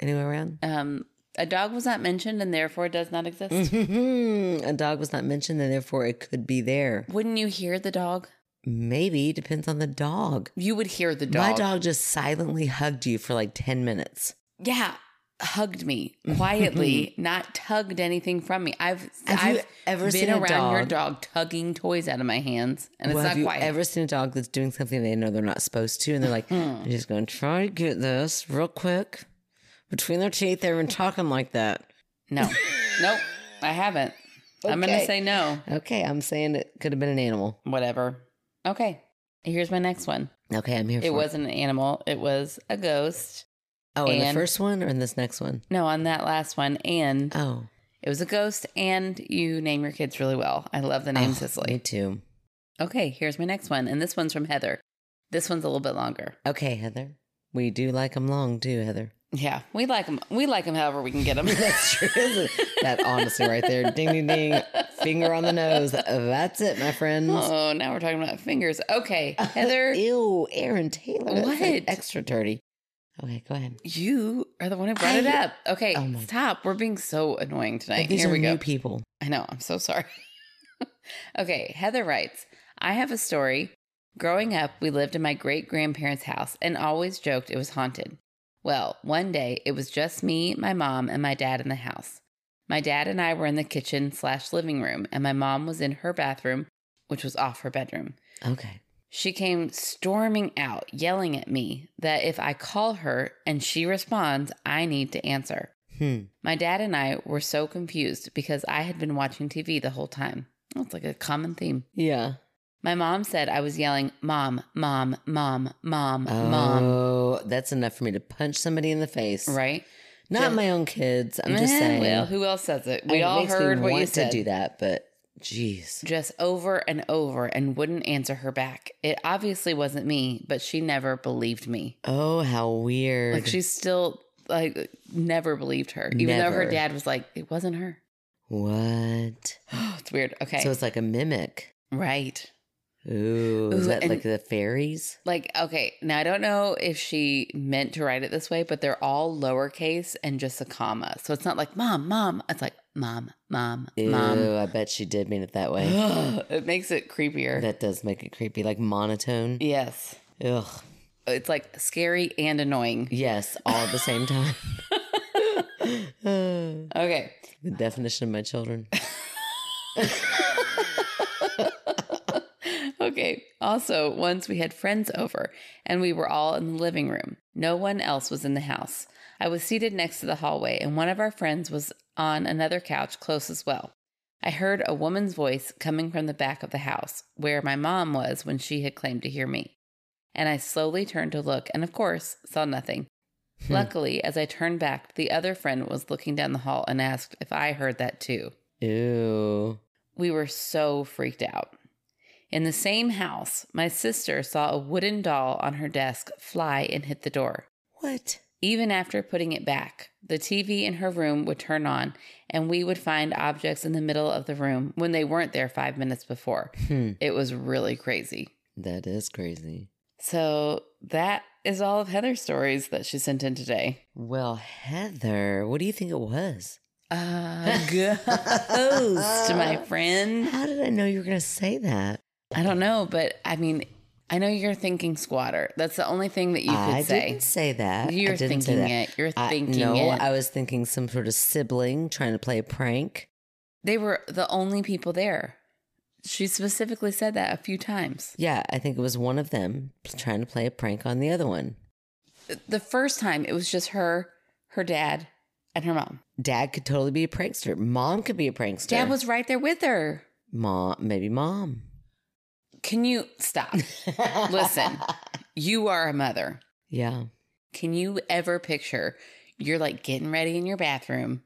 C: anywhere around?
B: Um, a dog was not mentioned and therefore does not exist.
C: Mm-hmm. a dog was not mentioned, and therefore it could be there.
B: Wouldn't you hear the dog?
C: Maybe depends on the dog.
B: You would hear the dog.
C: My dog just silently hugged you for like ten minutes.
B: Yeah. hugged me quietly, not tugged anything from me. I've
C: Mm-hmm. Have
B: I've
C: you ever
B: been
C: seen a
B: around your
C: dog-
B: dog tugging toys out of my hands, and it's
C: well, have
B: not
C: you
B: quiet.
C: ever seen a dog that's doing something they know they're not supposed to, and they're like,
B: Hmm.
C: "I'm just going to try to get this real quick." Between their teeth, they've been talking like that.
B: no, nope, I haven't. I'm gonna
C: Okay.
B: say no.
C: Okay, I'm saying it could have been an animal.
B: Whatever. Okay, here's my next one.
C: Okay, I'm here. for
B: It wasn't an animal. It was a ghost.
C: Oh, in the
B: and-
C: first one or in this next one?
B: No, on that last one, and
C: Oh,
B: it was a ghost. And you name your kids really well. I love the name
C: oh,
B: Cicely.
C: Me too.
B: Okay, here's my next one, and this one's from Heather. This one's a little bit longer.
C: Okay, Heather. We do like them long too, Heather.
B: Yeah, we like them. We like them however we can get them.
C: That's true. isn't it? that honestly, right there, ding ding ding, finger on the nose. That's it, my friends.
B: Oh, now we're talking about fingers. Okay,
C: Uh,
B: Heather,
C: Ew, Aaron Taylor. That's, like,
B: What?
C: extra dirty. Okay, go ahead.
B: you are the one who brought
C: I-
B: it up. Okay,
C: Oh my-
B: stop. We're being so annoying tonight.
C: these
B: Here
C: are
B: we go.
C: new people.
B: I know. I'm so sorry. okay, Heather writes I have a story. Growing up, we lived in my great grandparents' house and always joked it was haunted. Well, one day it was just me, my mom, and my dad in the house. My dad and I were in the kitchen slash living room, and my mom was in her bathroom, which was off her bedroom.
C: Okay.
B: She came storming out, yelling at me that if I call her and she responds, I need to answer.
C: Hmm.
B: My dad and I were so confused because I had been watching TV the whole time. That's like a common theme.
C: Yeah.
B: My mom said I was yelling, Mom, Mom, Mom, Mom, Mom.
C: Oh, that's enough for me to punch somebody in the face.
B: Right?
C: Not
B: Just-
C: my own kids. Oh, I'm just
B: Eh,
C: saying.
B: Well, who else says it? We
C: I mean, it
B: all
C: makes me
B: heard what you
C: want
B: said.
C: to do that, but jeez.
B: Just over and over and wouldn't answer her back. It obviously wasn't me, but she never believed me.
C: Oh, how weird.
B: Like she still like never believed her, even though her
C: Never.
B: dad was like, "It wasn't her."
C: what?
B: Oh, it's weird. Okay,
C: So it's like a mimic.
B: right.
C: Ooh, is
B: Ooh,
C: that
B: and-
C: like the fairies?
B: Like okay, now I don't know if she meant to write it this way, but they're all lowercase and just a comma, so it's not like mom, mom. It's like mom, mom,
C: Ooh,
B: mom.
C: I bet she did mean it that way.
B: Ugh, it makes it creepier.
C: that does make it creepy, like monotone.
B: yes,
C: Ugh.
B: it's like scary and annoying.
C: Yes, all at the same time. the
B: Okay,
C: definition of my children.
B: okay. Also, once we had friends over and we were all in the living room. No one else was in the house. I was seated next to the hallway and one of our friends was on another couch close as well. I heard a woman's voice coming from the back of the house where my mom was when she had claimed to hear me. And I slowly turned to look and, of course, saw nothing.
C: Hmm.
B: Luckily, as I turned back, the other friend was looking down the hall and asked if I heard that too.
C: Ooh.
B: We were so freaked out. In the same house, my sister saw a wooden doll on her desk fly and hit the door.
C: What?
B: Even after putting it back, the TV in her room would turn on, and we would find objects in the middle of the room when they weren't there five minutes before.
C: Hmm.
B: It was really crazy.
C: That is crazy.
B: So, that is all of Heather's stories that she sent in today.
C: Well, Heather, what do you think it was?
B: Uh, ghost, my friend.
C: How did I know you were going to say that?
B: I don't know, but I mean, I know you're thinking squatter. That's the only thing that you could
C: I
B: say.
C: didn't say that. I
B: You're
C: didn't say
B: thinking
C: that.
B: it. You're
C: I,
B: thinking
C: no,
B: it.
C: I was thinking some sort of sibling trying to play a prank.
B: they were the only people there. She specifically said that a few times.
C: Yeah, I think it was one of them trying to play a prank on the other one.
B: The first time, it was just her, her dad, and her mom.
C: Dad could totally be a prankster. Mom could be a prankster.
B: Dad was right there with her.
C: mom, maybe mom.
B: Can you stop? Listen. you are a mother.
C: Yeah.
B: Can you ever picture you're like getting ready in your bathroom?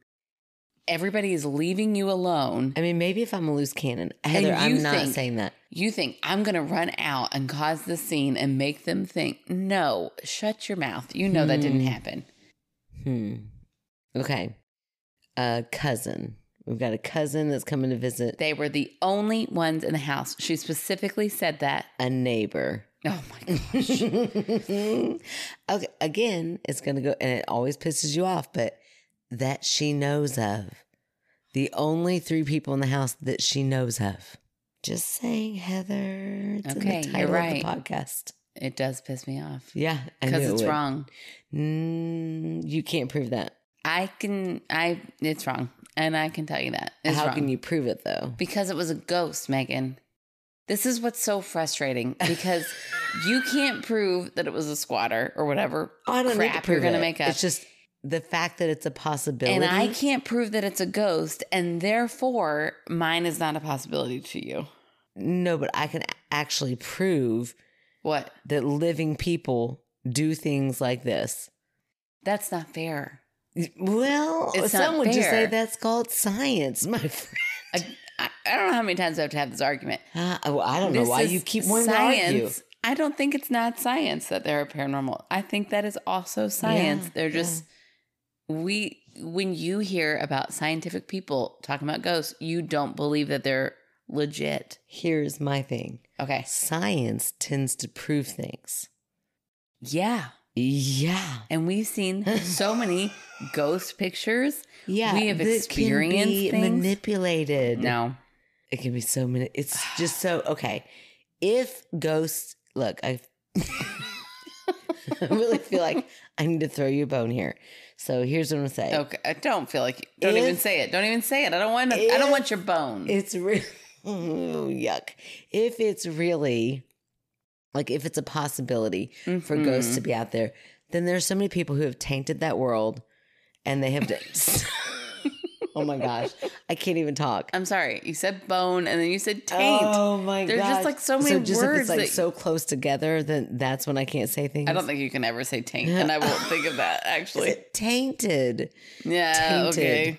B: Everybody is leaving you alone.
C: I mean, maybe if I'm a loose cannon, Heather,
B: you
C: I'm not
B: think-
C: saying that.
B: You think I'm going to run out and cause the scene and make them think, no, shut your mouth. You know that didn't
C: Hmm.
B: happen.
C: Hmm. Okay. A cousin. We've got a cousin that's coming to visit
B: They were the only ones in the house. She specifically said that.
C: a neighbor.
B: Oh my gosh.
C: okay. Again, it's going to go, and it always pisses you off, but that she knows of. The only three people in the house that she knows of. Just saying, Heather. It's
B: Okay,
C: in the
B: you're
C: title
B: right.
C: of the podcast.
B: it does piss me off
C: Yeah, I
B: because
C: knew it
B: it's
C: would.
B: wrong.
C: Mm, you can't prove that.
B: I can. I. It's wrong, and I can tell you that. It's
C: How
B: wrong.
C: can you prove it though?
B: Because it was a ghost, Megan. This is what's so frustrating because you can't prove that it was a squatter or whatever.
C: I don't
B: crap
C: need to prove
B: you're gonna
C: it.
B: make up.
C: It's just the fact that it's a possibility.
B: and I can't prove that it's a ghost, and therefore mine is not a possibility to you.
C: no, but I can actually prove
B: What?
C: that living people do things like this.
B: That's not fair.
C: Well,
B: It's not
C: some would just
B: fair.
C: say that's called science, my friend.
B: I, I don't know how many times I have to have this argument.
C: Uh, well, I don't know
B: This
C: why
B: is
C: you keep wanting to argue.
B: science. I don't think it's not science that they're paranormal. I think that is also science.
C: Yeah,
B: they're just we when you hear about scientific people talking about ghosts, you don't believe that they're legit.
C: Here's my thing
B: Okay.
C: science tends to prove things.
B: Yeah.
C: Yeah.
B: And we've seen so many ghost pictures.
C: Yeah.
B: We have
C: that
B: experienced
C: can be
B: things.
C: manipulated.
B: No.
C: It can be so many. It's just so okay. If ghosts look, I I really feel like I need to throw you a bone here. So here's what I'm gonna say.
B: Okay. I don't feel like don't
C: If-
B: even say it. Don't even say it. I don't want to, I
C: if-
B: don't want your bone.
C: It's real yuck. If it's really like if it's a possibility
B: Mm-hmm.
C: for ghosts to be out there, then there's so many people who have tainted that world and they have to Oh my gosh. I can't even talk.
B: I'm sorry. You said bone and then you said taint.
C: Oh my god.
B: There's just, like, so many
C: just if
B: words
C: it's like
B: that-
C: so close together, then that's when I can't say things.
B: I don't think you can ever say taint, and I won't think of that
C: Is
B: actually.
C: it tainted.
B: Yeah.
C: tainted?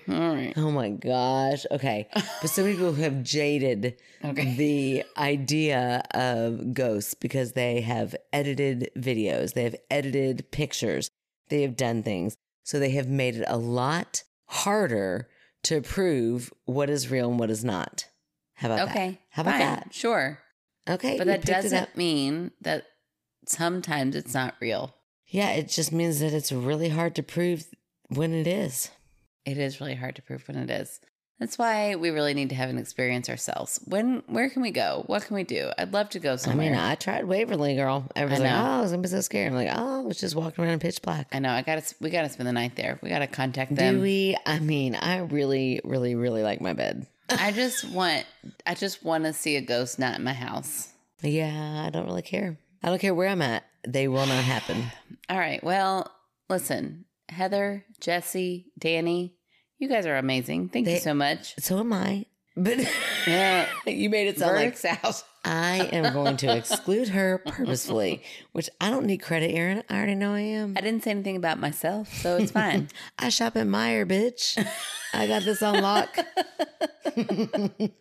B: Okay. All right.
C: Oh my gosh. Okay. But so many people who have jaded
B: Okay.
C: the idea of ghosts because they have edited videos, they have edited pictures, they have done things. So they have made it a lot harder to prove what is real and what is not. How about that?
B: Okay.
C: How about
B: fine,
C: that?
B: Sure.
C: Okay.
B: But
C: you
B: that
C: picked it up.
B: doesn't mean that sometimes it's not real.
C: Yeah, it just means that it's really hard to prove when it is.
B: It is really hard to prove when it is. That's why we really need to have an experience ourselves. When, where can we go? What can we do? I'd love to go somewhere.
C: I mean, I tried Waverly, girl. Everyone's
B: I
C: like,
B: know.
C: oh, it's gonna be so scary. I'm like, oh, it's just walking around in pitch black.
B: I know. I gotta. We gotta spend the night there. We gotta contact them.
C: Do we? I mean, I really, really, really like my bed.
B: I just want. I just want to see a ghost not in my house.
C: Yeah, I don't really care. I don't care where I'm at. They will not happen.
B: All right. Well, listen, Heather, Jesse, Danny, you guys are amazing. Thank you
C: They-
B: so much.
C: So am I. But
B: Yeah.
C: you made it sound like
B: Verdict's out.
C: I am going to exclude her purposefully, which I don't need credit, Aaron. I already know I am.
B: I didn't say anything about myself, so it's fine.
C: I shop at Meyer, bitch. I got this on lock.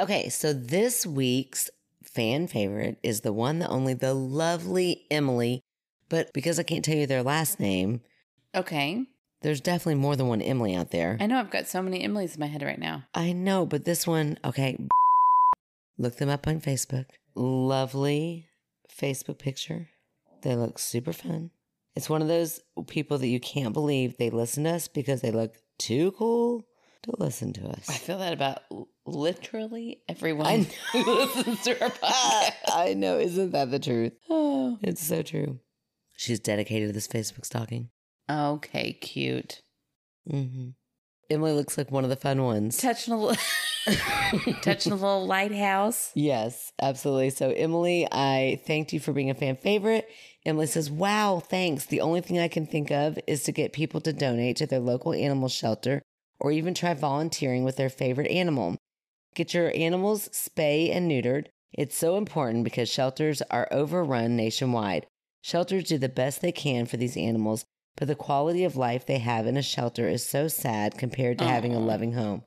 C: okay, so this week's fan favorite is the one that only the lovely Emily, but because I can't tell you their last name,
B: okay.
C: there's definitely more than one Emily out there.
B: I know I've got so many Emily's in my head right now.
C: I know, but this one, okay, look them up on Facebook. Lovely Facebook picture. They look super fun. It's one of those people that you can't believe they listen to us because they look too cool to listen to
B: I
C: us.
B: feel that about l- literally everyone
C: I
B: who listens to our podcast.
C: I know, isn't that the truth?
B: Oh.
C: It's so true. She's dedicated to this Facebook stalking.
B: Okay, cute.
C: hmm Emily looks like one of the fun ones.
B: Touching a little, touching a little lighthouse.
C: Yes, absolutely. So, Emily, I thanked you for being a fan favorite. Emily says, Wow, thanks. The only thing I can think of is to get people to donate to their local animal shelter or even try volunteering with their favorite animal. Get your animals spay and neutered. It's so important because shelters are overrun nationwide. Shelters do the best they can for these animals, but the quality of life they have in a shelter is so sad compared to having a
B: Aw.
C: loving home.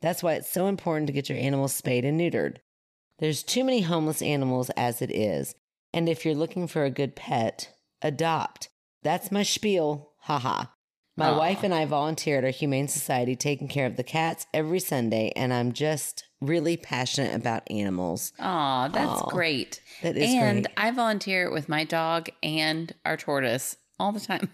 C: That's why it's so important to get your animals spayed and neutered. There's too many homeless animals as it is. And if you're looking for a good pet, adopt. That's my spiel. Haha. My
B: Aw.
C: wife and I volunteer at our Humane Society taking care of the cats every Sunday, and I'm just really passionate about animals.
B: Aw, that's
C: Aw.
B: great.
C: That is
B: and
C: great.
B: I volunteer with my dog and our tortoise all the time.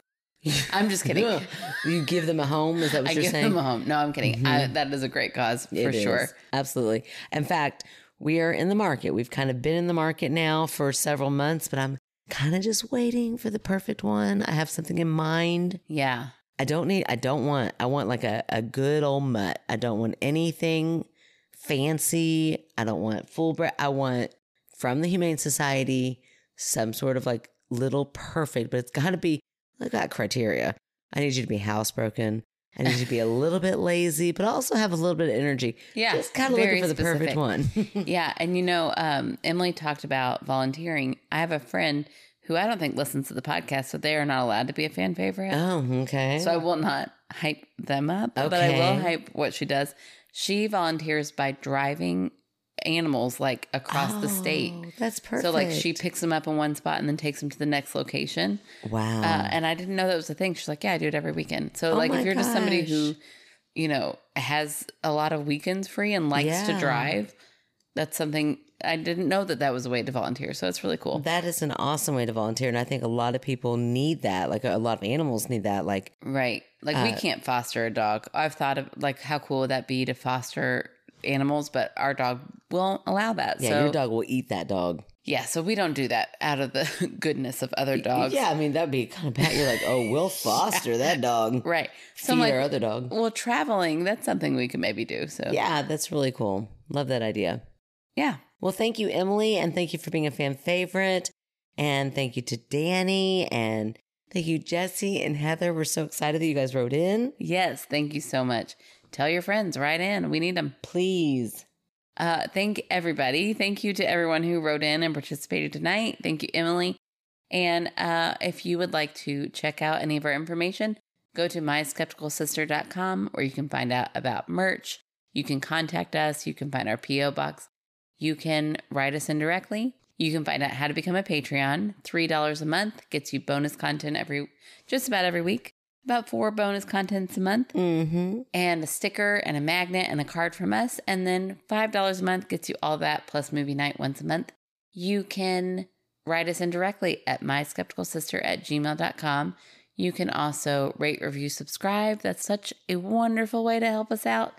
B: I'm just kidding.
C: Ugh. you give them a home? Is that what
B: I
C: you're
B: give
C: saying? Mm-hmm.
B: them a home. No, I'm kidding. I, that is a great cause for
C: It is.
B: sure.
C: Absolutely. In fact, we are in the market. We've kind of been in the market now for several months, but I'm kind of just waiting for the perfect one. I have something in mind.
B: Yeah.
C: I don't need, I don't want, I want like a, a good old mutt. I don't want anything fancy. I don't want full bread. I want from the Humane Society some sort of like little perfect, but it's got to be, I got criteria. I need you to be housebroken. I need you to be a little bit lazy, but also have a little bit of energy.
B: Yeah.
C: Just kind of
B: very
C: looking for the perfect
B: specific.
C: one.
B: Yeah. And you know, um, Emily talked about volunteering. I have a friend who I don't think listens to the podcast, so they are not allowed to be a fan favorite.
C: oh, okay.
B: So I will not hype them up, but I will
C: Okay.
B: hype what she does. She volunteers by driving animals like across the state.
C: Oh, That's perfect.
B: So like she picks them up in one spot and then takes them to the next location.
C: Wow.
B: Uh, and I didn't know that was a thing. She's like, yeah, I do it every weekend. So
C: Oh
B: like,
C: my
B: if you're just somebody
C: gosh.
B: who, you know, has a lot of weekends free and likes to
C: Yeah.
B: drive, that's something I didn't know that that was a way to volunteer. So it's really cool.
C: That is an awesome way to volunteer. And I think a lot of people need that. Like a lot of animals need that. Like,
B: Right. Like we
C: Uh,
B: can't foster a dog. I've thought of like how cool would that be to foster animals, but our dog won't allow that.
C: yeah,
B: so
C: your dog will eat that dog.
B: yeah, so we don't do that out of the goodness of other dogs.
C: Yeah, I mean, that'd be kind of bad. You're like, oh, we'll foster that dog.
B: Right. So I'm
C: Feed our
B: like,
C: other dog.
B: well, traveling, that's something we could maybe do. So
C: Yeah, that's really cool. Love that idea.
B: yeah.
C: Well, thank you, Emily, and thank you for being a fan favorite. And thank you to Danny and thank you, Jesse and Heather. We're so excited that you guys wrote in.
B: Yes. Thank you so much. Tell your friends, right in. We need them.
C: Please.
B: Uh, thank everybody. Thank you to everyone who wrote in and participated tonight. Thank you, Emily. And uh, if you would like to check out any of our information, go to myskepticalsister.com where you can find out about merch. You can contact us. You can find our P.O. box. You can write us in directly. You can find out how to become a Patreon. $3 a month gets you bonus content every, just about every week, about four bonus contents a month
C: Mm-hmm.
B: and a sticker and a magnet and a card from us. And then $5 a month gets you all that plus movie night once a month. You can write us in directly at myskepticalsister at gmail.com. You can also rate, review, subscribe. That's such a wonderful way to help us out.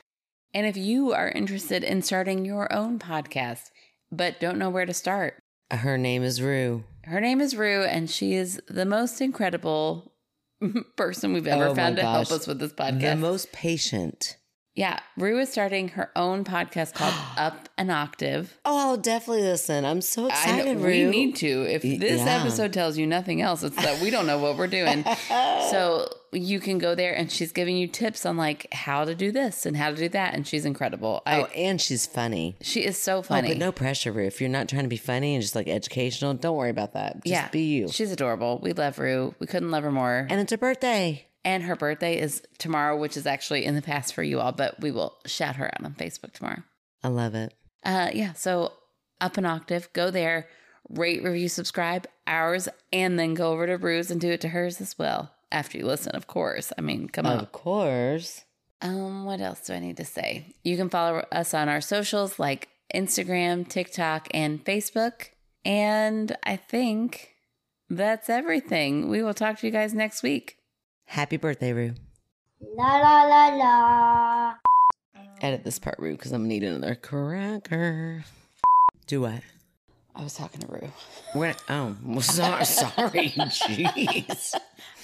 B: And if you are interested in starting your own podcast, but don't know where to start,
C: Her name is Rue.
B: her name is Rue, and she is the most incredible person we've ever
C: Oh my
B: found to help
C: gosh.
B: us with this podcast.
C: The most patient.
B: Yeah, Rue is starting her own podcast called Up an Octave.
C: Oh, I'll definitely listen. I'm
B: I
C: so
B: know,
C: excited,
B: we
C: Rue.
B: need to. If
C: Y-
B: this
C: yeah.
B: episode tells you nothing else, it's that we don't know what we're doing. so you can go there, and she's giving you tips on like how to do this and how to do that, and she's incredible. I
C: oh, and she's funny.
B: she is so
C: Oh,
B: funny.
C: but no pressure, Rue. If you're not trying to be funny and just like educational, don't worry about that. Just
B: yeah,
C: be you.
B: She's adorable. We love Rue. We couldn't love her more.
C: and it's her birthday.
B: And her birthday is tomorrow, which is actually in the past for you all, but we will shout her out on Facebook tomorrow.
C: I love it.
B: Uh, yeah. So up an octave, go there, rate, review, subscribe ours, and then go over to Brews and do it to hers as well. After you listen, of course. I mean, come on.
C: Of course.
B: Um, what else do I need to say? You can follow us on our socials like Instagram, TikTok, and Facebook. And I think that's everything. We will talk to you guys next week.
C: Happy birthday, Rue.
A: La la la la.
C: Edit this part, Rue, because I'm gonna need another cracker. Do what?
B: I was talking to Rue.
C: We're gonna, oh, well, sorry, sorry, jeez.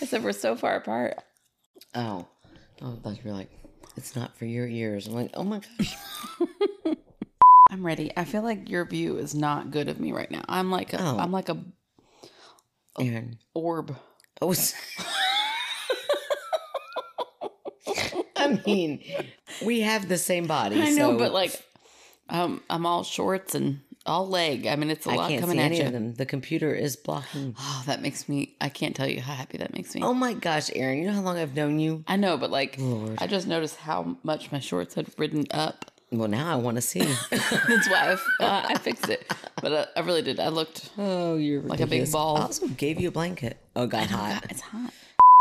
B: I said we're so far apart.
C: Oh, oh, I thought you were like, it's not for your ears. I'm like, oh my gosh.
B: I'm ready. I feel like your view is not good of me right now. I'm like a,
C: Oh.
B: I'm like a
C: Aaron.
B: orb.
C: Oh, s- I mean, we have the same body.
B: I know,
C: so
B: but like, um, I'm all shorts and all leg. I mean, it's a
C: I
B: lot
C: can't
B: coming
C: see
B: at
C: any
B: you.
C: of them. The computer is blocking.
B: Oh, that makes me. I can't tell you how happy that makes me.
C: Oh my gosh, Aaron! You know how long I've known you?
B: I know, but like,
C: Lord.
B: I just noticed how much my shorts had ridden up.
C: Well, now I want to see.
B: That's why I've, uh, I fixed it. But uh, I really did. I looked.
C: oh, you're
B: Like a big
C: ridiculous.
B: ball.
C: I also gave you a blanket. Oh, it got hot.
B: It's hot.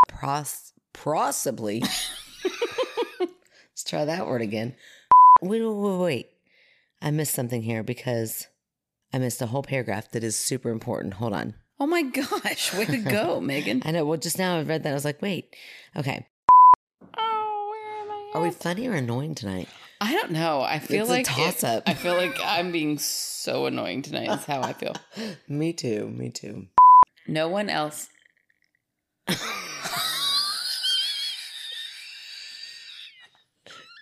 C: Pros- possibly. Let's try that word again. Wait, wait, wait, wait. I missed something here because I missed a whole paragraph that is super important. Hold on.
B: Oh my gosh! Way to go, Megan.
C: I know. Well, just now I read that. I was like, wait. Okay.
B: Oh,
C: Are we funny or annoying tonight?
B: I don't know. I feel
C: It's a
B: like it-
C: toss-up.
B: I feel like I'm being so annoying tonight. Is how I feel.
C: Me too. Me too.
B: No one else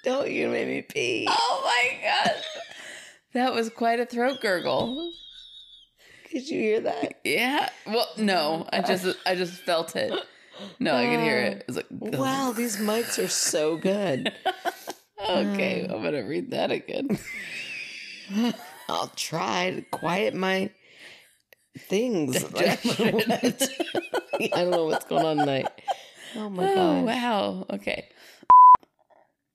B: Don't you make me pee. Oh my God. That was quite a throat gurgle.
C: Could you hear that?
B: Yeah. Well, no, I just I just felt it. No, I could hear it. It's like
C: Wow, these mics are so good.
B: Okay,
C: mm.
B: I'm gonna read that again.
C: Oh I'll try to quiet my things. Like, I, don't know what- I don't know what's going on tonight. Oh my
B: Oh
C: god.
B: wow. Okay.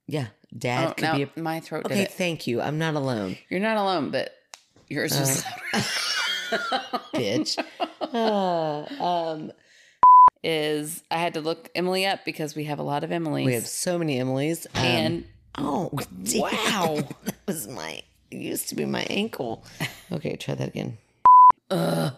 C: Yeah, Dad
B: Oh,
C: could
B: now
C: be. A-
B: my throat did
C: okay,
B: it.
C: thank you. I'm not alone,
B: You're not alone, but yours was
C: bitch. Uh, um,
B: is I had to look Emily up because we have a lot of Emily's.
C: we have so many Emilys. Um,
B: and
C: oh
B: Wow.
C: that was my. It used to be my ankle. Okay, try that again.
B: Ugh.